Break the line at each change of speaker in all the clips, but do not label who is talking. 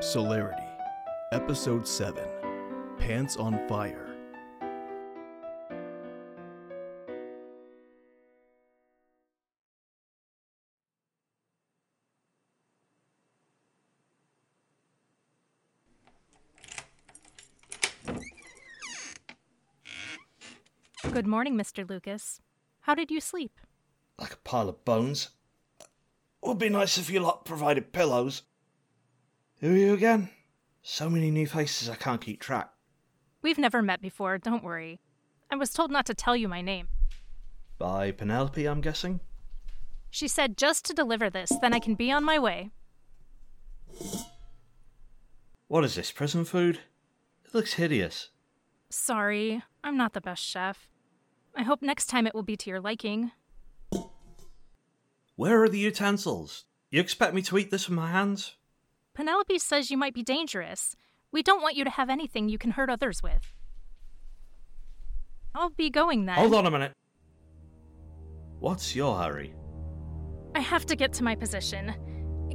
Celerity, Episode 7 Pants on Fire.
Good morning, Mr. Lucas. How did you sleep?
like a pile of bones. Would be nice if you lot provided pillows. Who are you again? So many new faces I can't keep track.
We've never met before, don't worry. I was told not to tell you my name.
By Penelope, I'm guessing.
She said just to deliver this, then I can be on my way.
What is this, prison food? It looks hideous.
Sorry, I'm not the best chef. I hope next time it will be to your liking.
Where are the utensils? You expect me to eat this with my hands?
Penelope says you might be dangerous. We don't want you to have anything you can hurt others with. I'll be going then.
Hold on a minute. What's your hurry?
I have to get to my position.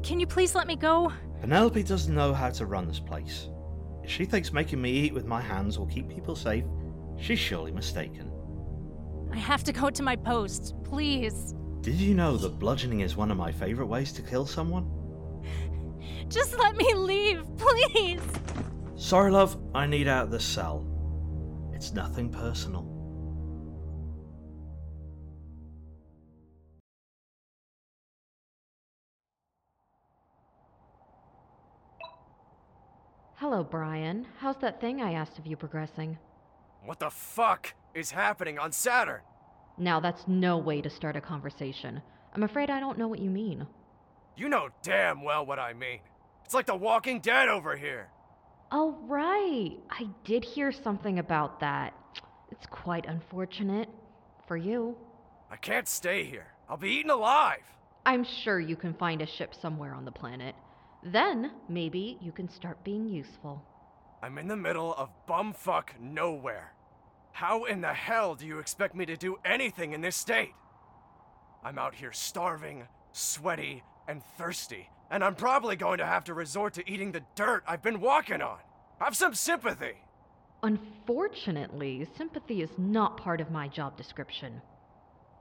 Can you please let me go?
Penelope doesn't know how to run this place. If she thinks making me eat with my hands will keep people safe, she's surely mistaken.
I have to go to my post, please.
Did you know that bludgeoning is one of my favourite ways to kill someone?
Just let me leave, please.
Sorry, love, I need out of this cell. It's nothing personal.
Hello, Brian. How's that thing I asked of you progressing?
What the fuck is happening on Saturn?
Now, that's no way to start a conversation. I'm afraid I don't know what you mean.
You know damn well what I mean. It's like The Walking Dead over here.
Oh, right. I did hear something about that. It's quite unfortunate. For you.
I can't stay here. I'll be eaten alive.
I'm sure you can find a ship somewhere on the planet. Then, maybe you can start being useful.
I'm in the middle of bumfuck nowhere. How in the hell do you expect me to do anything in this state? I'm out here starving, sweaty, and thirsty, and I'm probably going to have to resort to eating the dirt I've been walking on. Have some sympathy.
Unfortunately, sympathy is not part of my job description.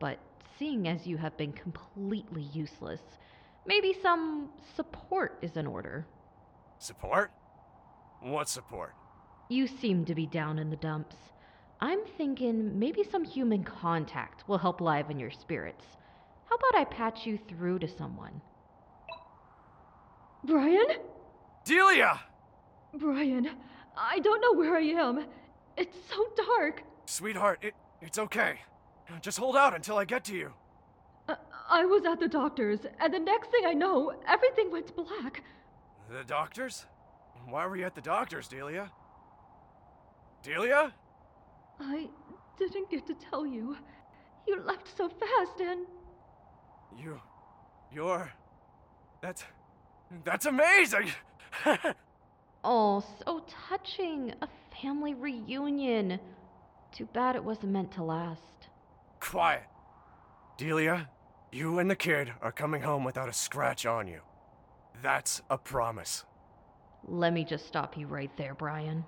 But seeing as you have been completely useless, maybe some support is in order.
Support? What support?
You seem to be down in the dumps. I'm thinking maybe some human contact will help liven your spirits. How about I patch you through to someone? Brian?
Delia!
Brian, I don't know where I am. It's so dark.
Sweetheart, it, it's okay. Just hold out until I get to you.
Uh, I was at the doctor's, and the next thing I know, everything went black.
The doctors? Why were you at the doctor's, Delia? Delia?
I didn't get to tell you. You left so fast, and
You. You're. That's. That's amazing!
Oh, so touching. A family reunion. Too bad it wasn't meant to last.
Quiet. Delia, you and the kid are coming home without a scratch on you. That's a promise.
Let me just stop you right there, Brian.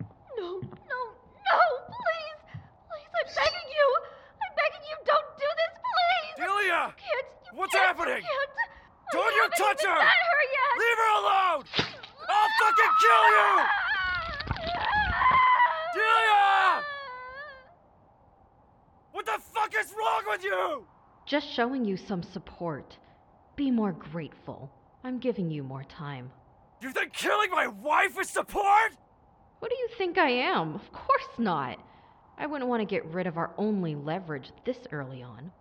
no, no, no, please! Please, I'm begging you! I'm begging you, don't do this, please!
Delia!
You can't, you
What's
can't,
happening?
You can't. I
Don't you
haven't
touch
even
her!
met her yet!
Leave her alone! I'll fucking kill you! Delia! What the fuck is wrong with you?
Just showing you some support. Be more grateful. I'm giving you more time.
You think killing my wife is support?
What do you think I am? Of course not. I wouldn't want to get rid of our only leverage this early on.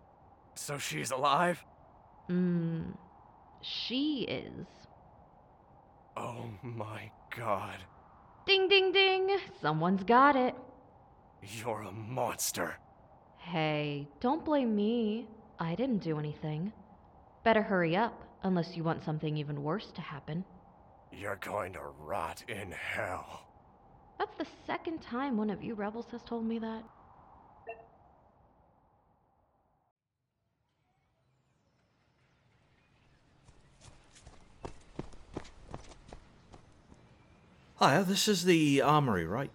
So she's alive?
Mmm. She is.
Oh my god.
Ding ding ding! Someone's got it.
You're a monster.
Hey, don't blame me. I didn't do anything. Better hurry up, unless you want something even worse to happen.
You're going to rot in hell.
That's the second time one of you rebels has told me that.
Hiya, this is the armory, right?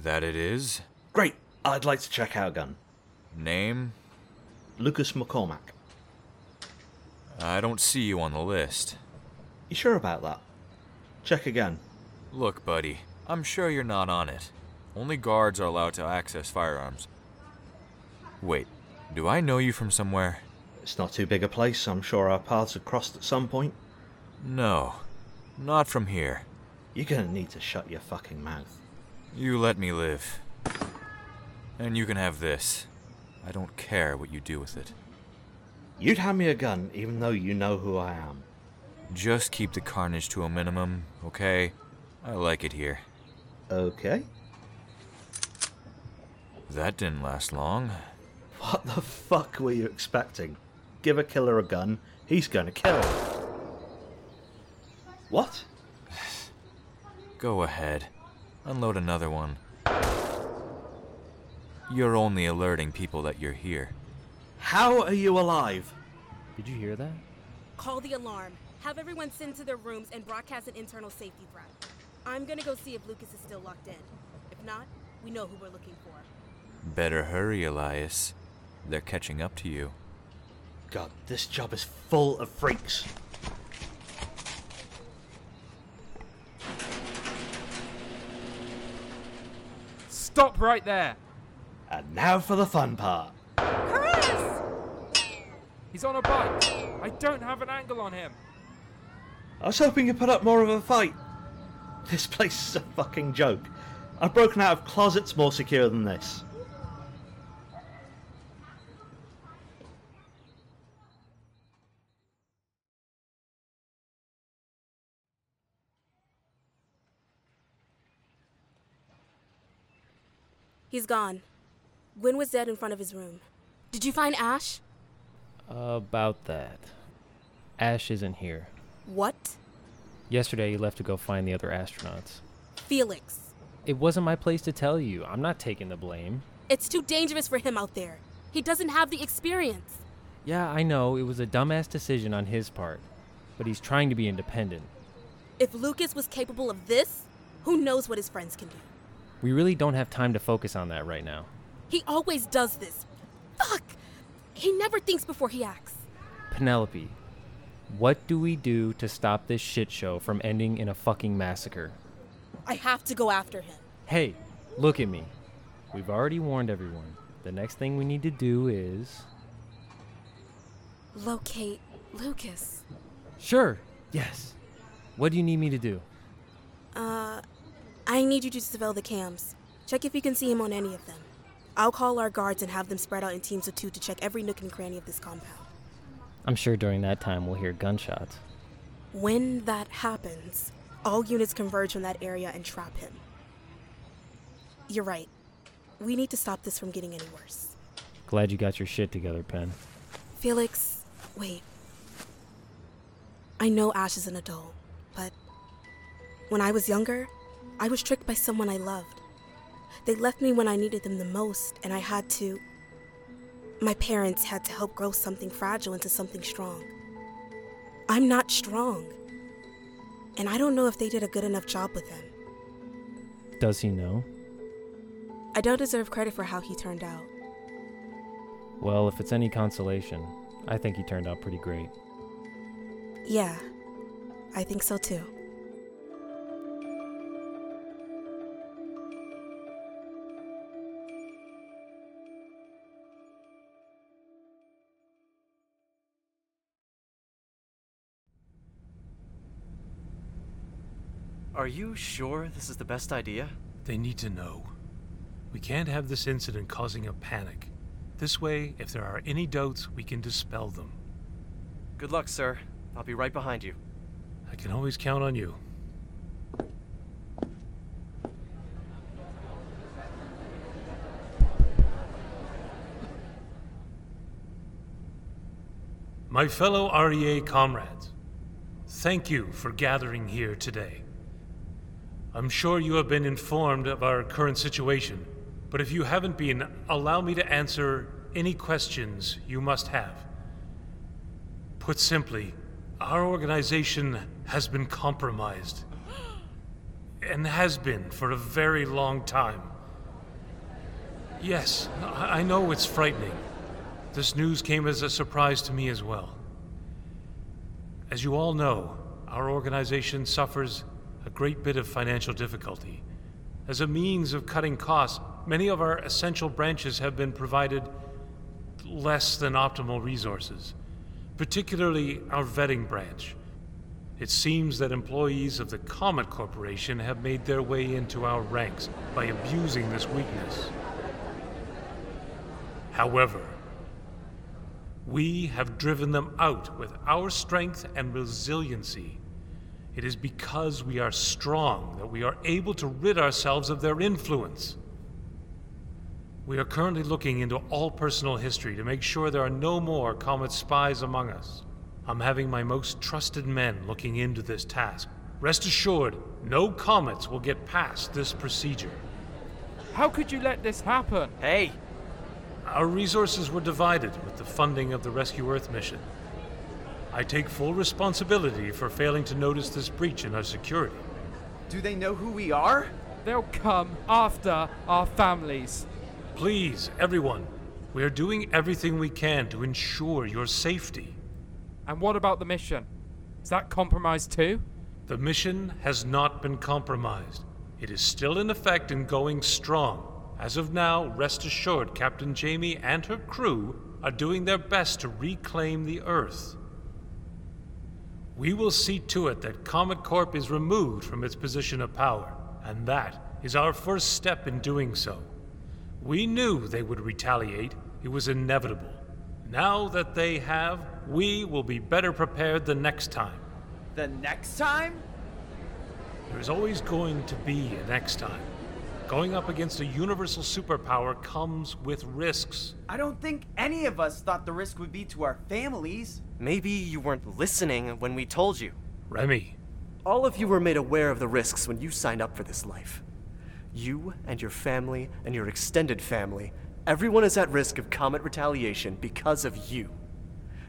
That it is.
Great. I'd like to check our gun.
Name?
Lucas McCormack.
I don't see you on the list.
You sure about that? Check again.
Look, buddy, I'm sure you're not on it. Only guards are allowed to access firearms. Wait, do I know you from somewhere?
It's not too big a place. I'm sure our paths have crossed at some point.
No, not from here.
You're gonna need to shut your fucking mouth.
You let me live. And you can have this. I don't care what you do with it.
You'd hand me a gun even though you know who I am.
Just keep the carnage to a minimum, okay? I like it here.
Okay.
That didn't last long.
What the fuck were you expecting? Give a killer a gun, he's gonna kill it. What?
Go ahead. Unload another one. You're only alerting people that you're here.
How are you alive?
Did you hear that?
Call the alarm. Have everyone send to their rooms and broadcast an internal safety threat. I'm gonna go see if Lucas is still locked in. If not, we know who we're looking for.
Better hurry, Elias. They're catching up to you.
God, this job is full of freaks.
Stop right there!
And now for the fun part.
He's on a bike! I don't have an angle on him!
I was hoping you'd put up more of a fight. This place is a fucking joke. I've broken out of closets more secure than this.
He's gone. Gwen was dead in front of his room. Did you find Ash?
About that. Ash isn't here.
What?
Yesterday, he left to go find the other astronauts.
Felix.
It wasn't my place to tell you. I'm not taking the blame.
It's too dangerous for him out there. He doesn't have the experience.
Yeah, I know, it was a dumbass decision on his part. But he's trying to be independent.
If Lucas was capable of this, who knows what his friends can do?
We really don't have time to focus on that right now.
He always does this. Fuck! He never thinks before he acts.
Penelope, what do we do to stop this shit show from ending in a fucking massacre?
I have to go after him.
Hey, look at me. We've already warned everyone. The next thing we need to do is.
Locate Lucas.
Sure, yes. What do you need me to do?
Uh, I need you to surveil the cams. Check if you can see him on any of them. I'll call our guards and have them spread out in teams of two to check every nook and cranny of this compound.
I'm sure during that time we'll hear gunshots.
When that happens, all units converge on that area and trap him. You're right. We need to stop this from getting any worse.
Glad you got your shit together, Pen.
Felix, wait. I know Ash is an adult, but when I was younger, I was tricked by someone I loved. They left me when I needed them the most, and I had to. My parents had to help grow something fragile into something strong. I'm not strong. And I don't know if they did a good enough job with him.
Does he know?
I don't deserve credit for how he turned out.
Well, if it's any consolation, I think he turned out pretty great.
Yeah, I think so too.
Are you sure this is the best idea?
They need to know. We can't have this incident causing a panic. This way, if there are any doubts, we can dispel them.
Good luck, sir. I'll be right behind you.
I can always count on you. My fellow REA comrades, thank you for gathering here today. I'm sure you have been informed of our current situation, but if you haven't been, allow me to answer any questions you must have. Put simply, our organization has been compromised. and has been for a very long time. Yes, I I know it's frightening. This news came as a surprise to me as well. As you all know, our organization suffers a great bit of financial difficulty. As a means of cutting costs, many of our essential branches have been provided less than optimal resources, particularly our vetting branch. It seems that employees of the Comet Corporation have made their way into our ranks by abusing this weakness. However, we have driven them out with our strength and resiliency. It is because we are strong that we are able to rid ourselves of their influence. We are currently looking into all personal history to make sure there are no more Comet spies among us. I'm having my most trusted men looking into this task. Rest assured, no comets will get past this procedure.
How could you let this happen?
Hey!
Our resources were divided with the funding of the Rescue Earth mission. I take full responsibility for failing to notice this breach in our security.
Do they know who we are? They'll come after our families.
Please, everyone, we are doing everything we can to ensure your safety.
And what about the mission? Is that compromised too?
The mission has not been compromised. It is still in effect and going strong. As of now, rest assured, Captain Jamie and her crew are doing their best to reclaim the Earth. We will see to it that Comet Corp is removed from its position of power, and that is our first step in doing so. We knew they would retaliate, it was inevitable. Now that they have, we will be better prepared the next time.
The next time?
There is always going to be a next time. Going up against a universal superpower comes with risks.
I don't think any of us thought the risk would be to our families.
Maybe you weren't listening when we told you.
Remy.
All of you were made aware of the risks when you signed up for this life. You and your family and your extended family, everyone is at risk of comet retaliation because of you.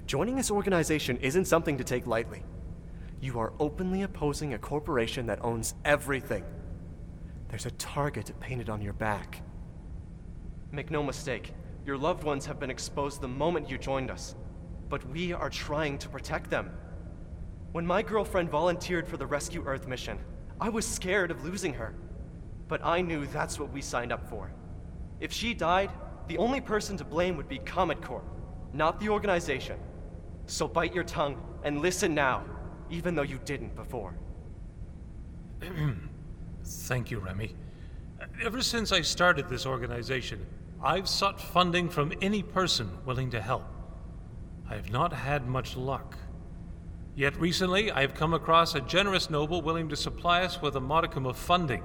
Joining this organization isn't something to take lightly. You are openly opposing a corporation that owns everything. There's a target painted on your back. Make no mistake, your loved ones have been exposed the moment you joined us, but we are trying to protect them. When my girlfriend volunteered for the Rescue Earth mission, I was scared of losing her, but I knew that's what we signed up for. If she died, the only person to blame would be Comet Corp, not the organization. So bite your tongue and listen now, even though you didn't before.
Thank you, Remy. Ever since I started this organization, I've sought funding from any person willing to help. I have not had much luck. Yet recently, I have come across a generous noble willing to supply us with a modicum of funding.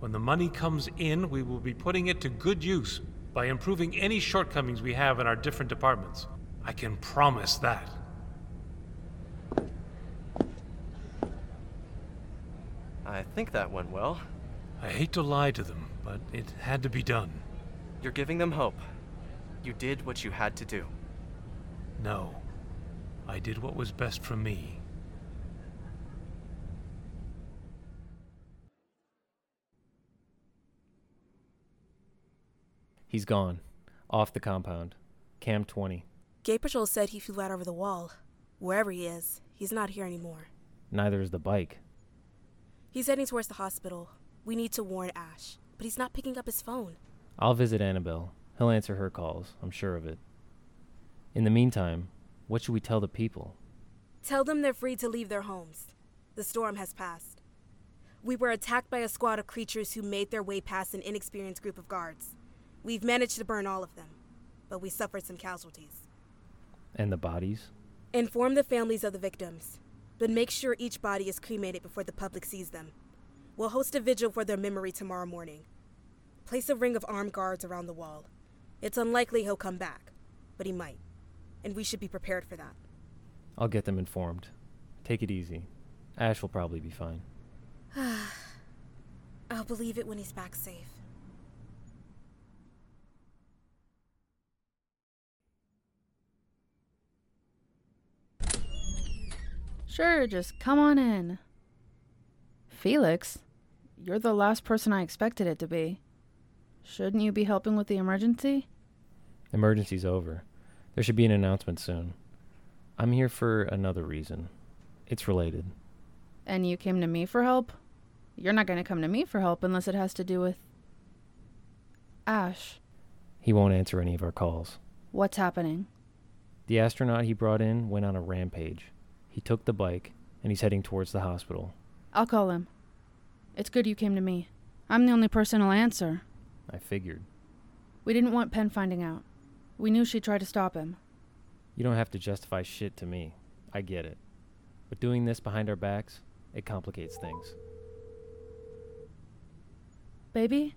When the money comes in, we will be putting it to good use by improving any shortcomings we have in our different departments. I can promise that.
I think that went well.
I hate to lie to them, but it had to be done.
You're giving them hope. You did what you had to do.
No. I did what was best for me.
He's gone. Off the compound. Cam 20.
Gay Patrol said he flew out over the wall. Wherever he is, he's not here anymore.
Neither is the bike.
He's heading towards the hospital. We need to warn Ash, but he's not picking up his phone.
I'll visit Annabelle. He'll answer her calls. I'm sure of it. In the meantime, what should we tell the people?
Tell them they're free to leave their homes. The storm has passed. We were attacked by a squad of creatures who made their way past an inexperienced group of guards. We've managed to burn all of them, but we suffered some casualties.
And the bodies?
Inform the families of the victims, but make sure each body is cremated before the public sees them. We'll host a vigil for their memory tomorrow morning. Place a ring of armed guards around the wall. It's unlikely he'll come back, but he might, and we should be prepared for that.
I'll get them informed. Take it easy. Ash will probably be fine.
I'll believe it when he's back safe.
Sure, just come on in. Felix? You're the last person I expected it to be. Shouldn't you be helping with the emergency?
Emergency's over. There should be an announcement soon. I'm here for another reason. It's related.
And you came to me for help? You're not going to come to me for help unless it has to do with. Ash,
He won't answer any of our calls.
what's happening?
The astronaut he brought in went on a rampage. He took the bike, and he's heading towards the hospital.
I'll call him. It's good you came to me. I'm the only person who'll answer.
I figured.
We didn't want Penn finding out. We knew she'd try to stop him.
You don't have to justify shit to me. I get it. But doing this behind our backs, it complicates things.
Baby,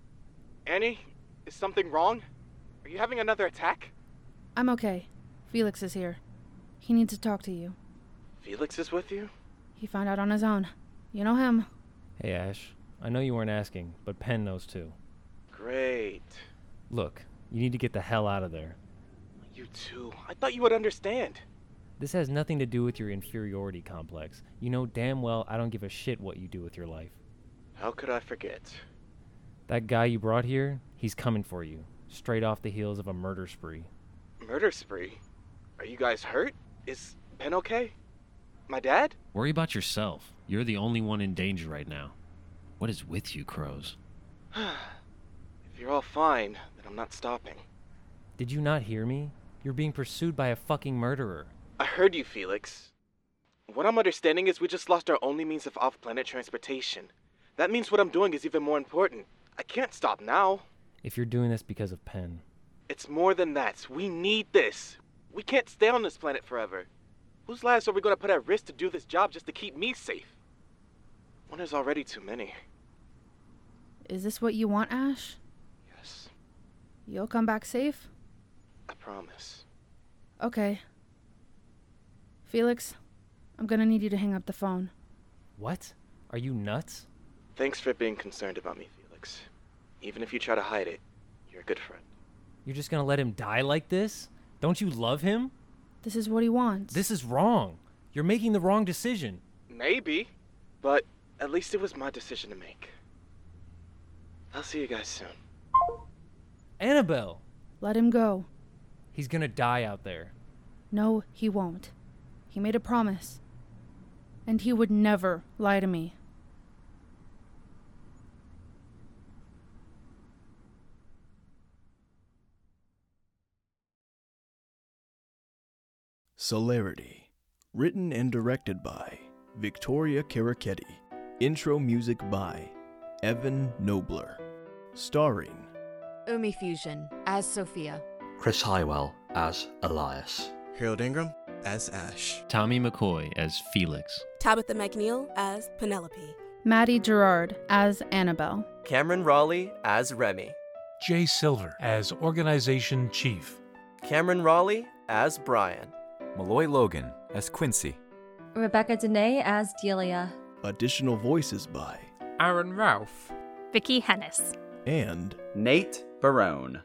Annie, is something wrong? Are you having another attack?
I'm okay. Felix is here. He needs to talk to you.
Felix is with you?
He found out on his own. You know him.
Hey, Ash. I know you weren't asking, but Penn knows too.
Great.
Look, you need to get the hell out of there.
You too. I thought you would understand.
This has nothing to do with your inferiority complex. You know damn well I don't give a shit what you do with your life.
How could I forget?
That guy you brought here, he's coming for you, straight off the heels of a murder spree.
Murder spree? Are you guys hurt? Is Ben okay? My dad?
Worry about yourself. You're the only one in danger right now. What is with you, crows?
If you're all fine, then I'm not stopping.
Did you not hear me? You're being pursued by a fucking murderer.
I heard you, Felix. What I'm understanding is we just lost our only means of off planet transportation. That means what I'm doing is even more important. I can't stop now.
If you're doing this because of Penn,
It's more than that. We need this. We can't stay on this planet forever. Whose lives are we going to put at risk to do this job just to keep me safe? One is already too many.
Is this what you want, Ash?
Yes.
You'll come back safe?
I promise.
Okay. Felix, I'm gonna need you to hang up the phone.
What? Are you nuts?
Thanks for being concerned about me, Felix. Even if you try to hide it, you're a good friend.
you're just gonna let him die like this? Don't you love him?
This is what he wants.
This is wrong. You're making the wrong decision.
Maybe, but at least it was my decision to make. I'll see you guys soon.
Annabelle!
Let him go.
He's gonna die out there.
No, he won't. He made a promise. And he would never lie to me.
Celerity. Written and directed by Victoria Caricetti. Intro music by Evan Nobler. Starring
Umi Fusion as Sophia.
Chris Highwell as Elias.
Harold Ingram as Ash. Tommy McCoy as Felix.
Tabitha McNeil as Penelope.
Maddie Gerard as Annabelle.
Cameron Raleigh as Remy.
Jay Silver as Organization Chief.
Cameron Raleigh as Brian.
Malloy Logan as Quincy.
Rebecca Dene as Delia.
additional voices by
Aaron Ralph.
Vicky Hennis.
and
Nate Barone.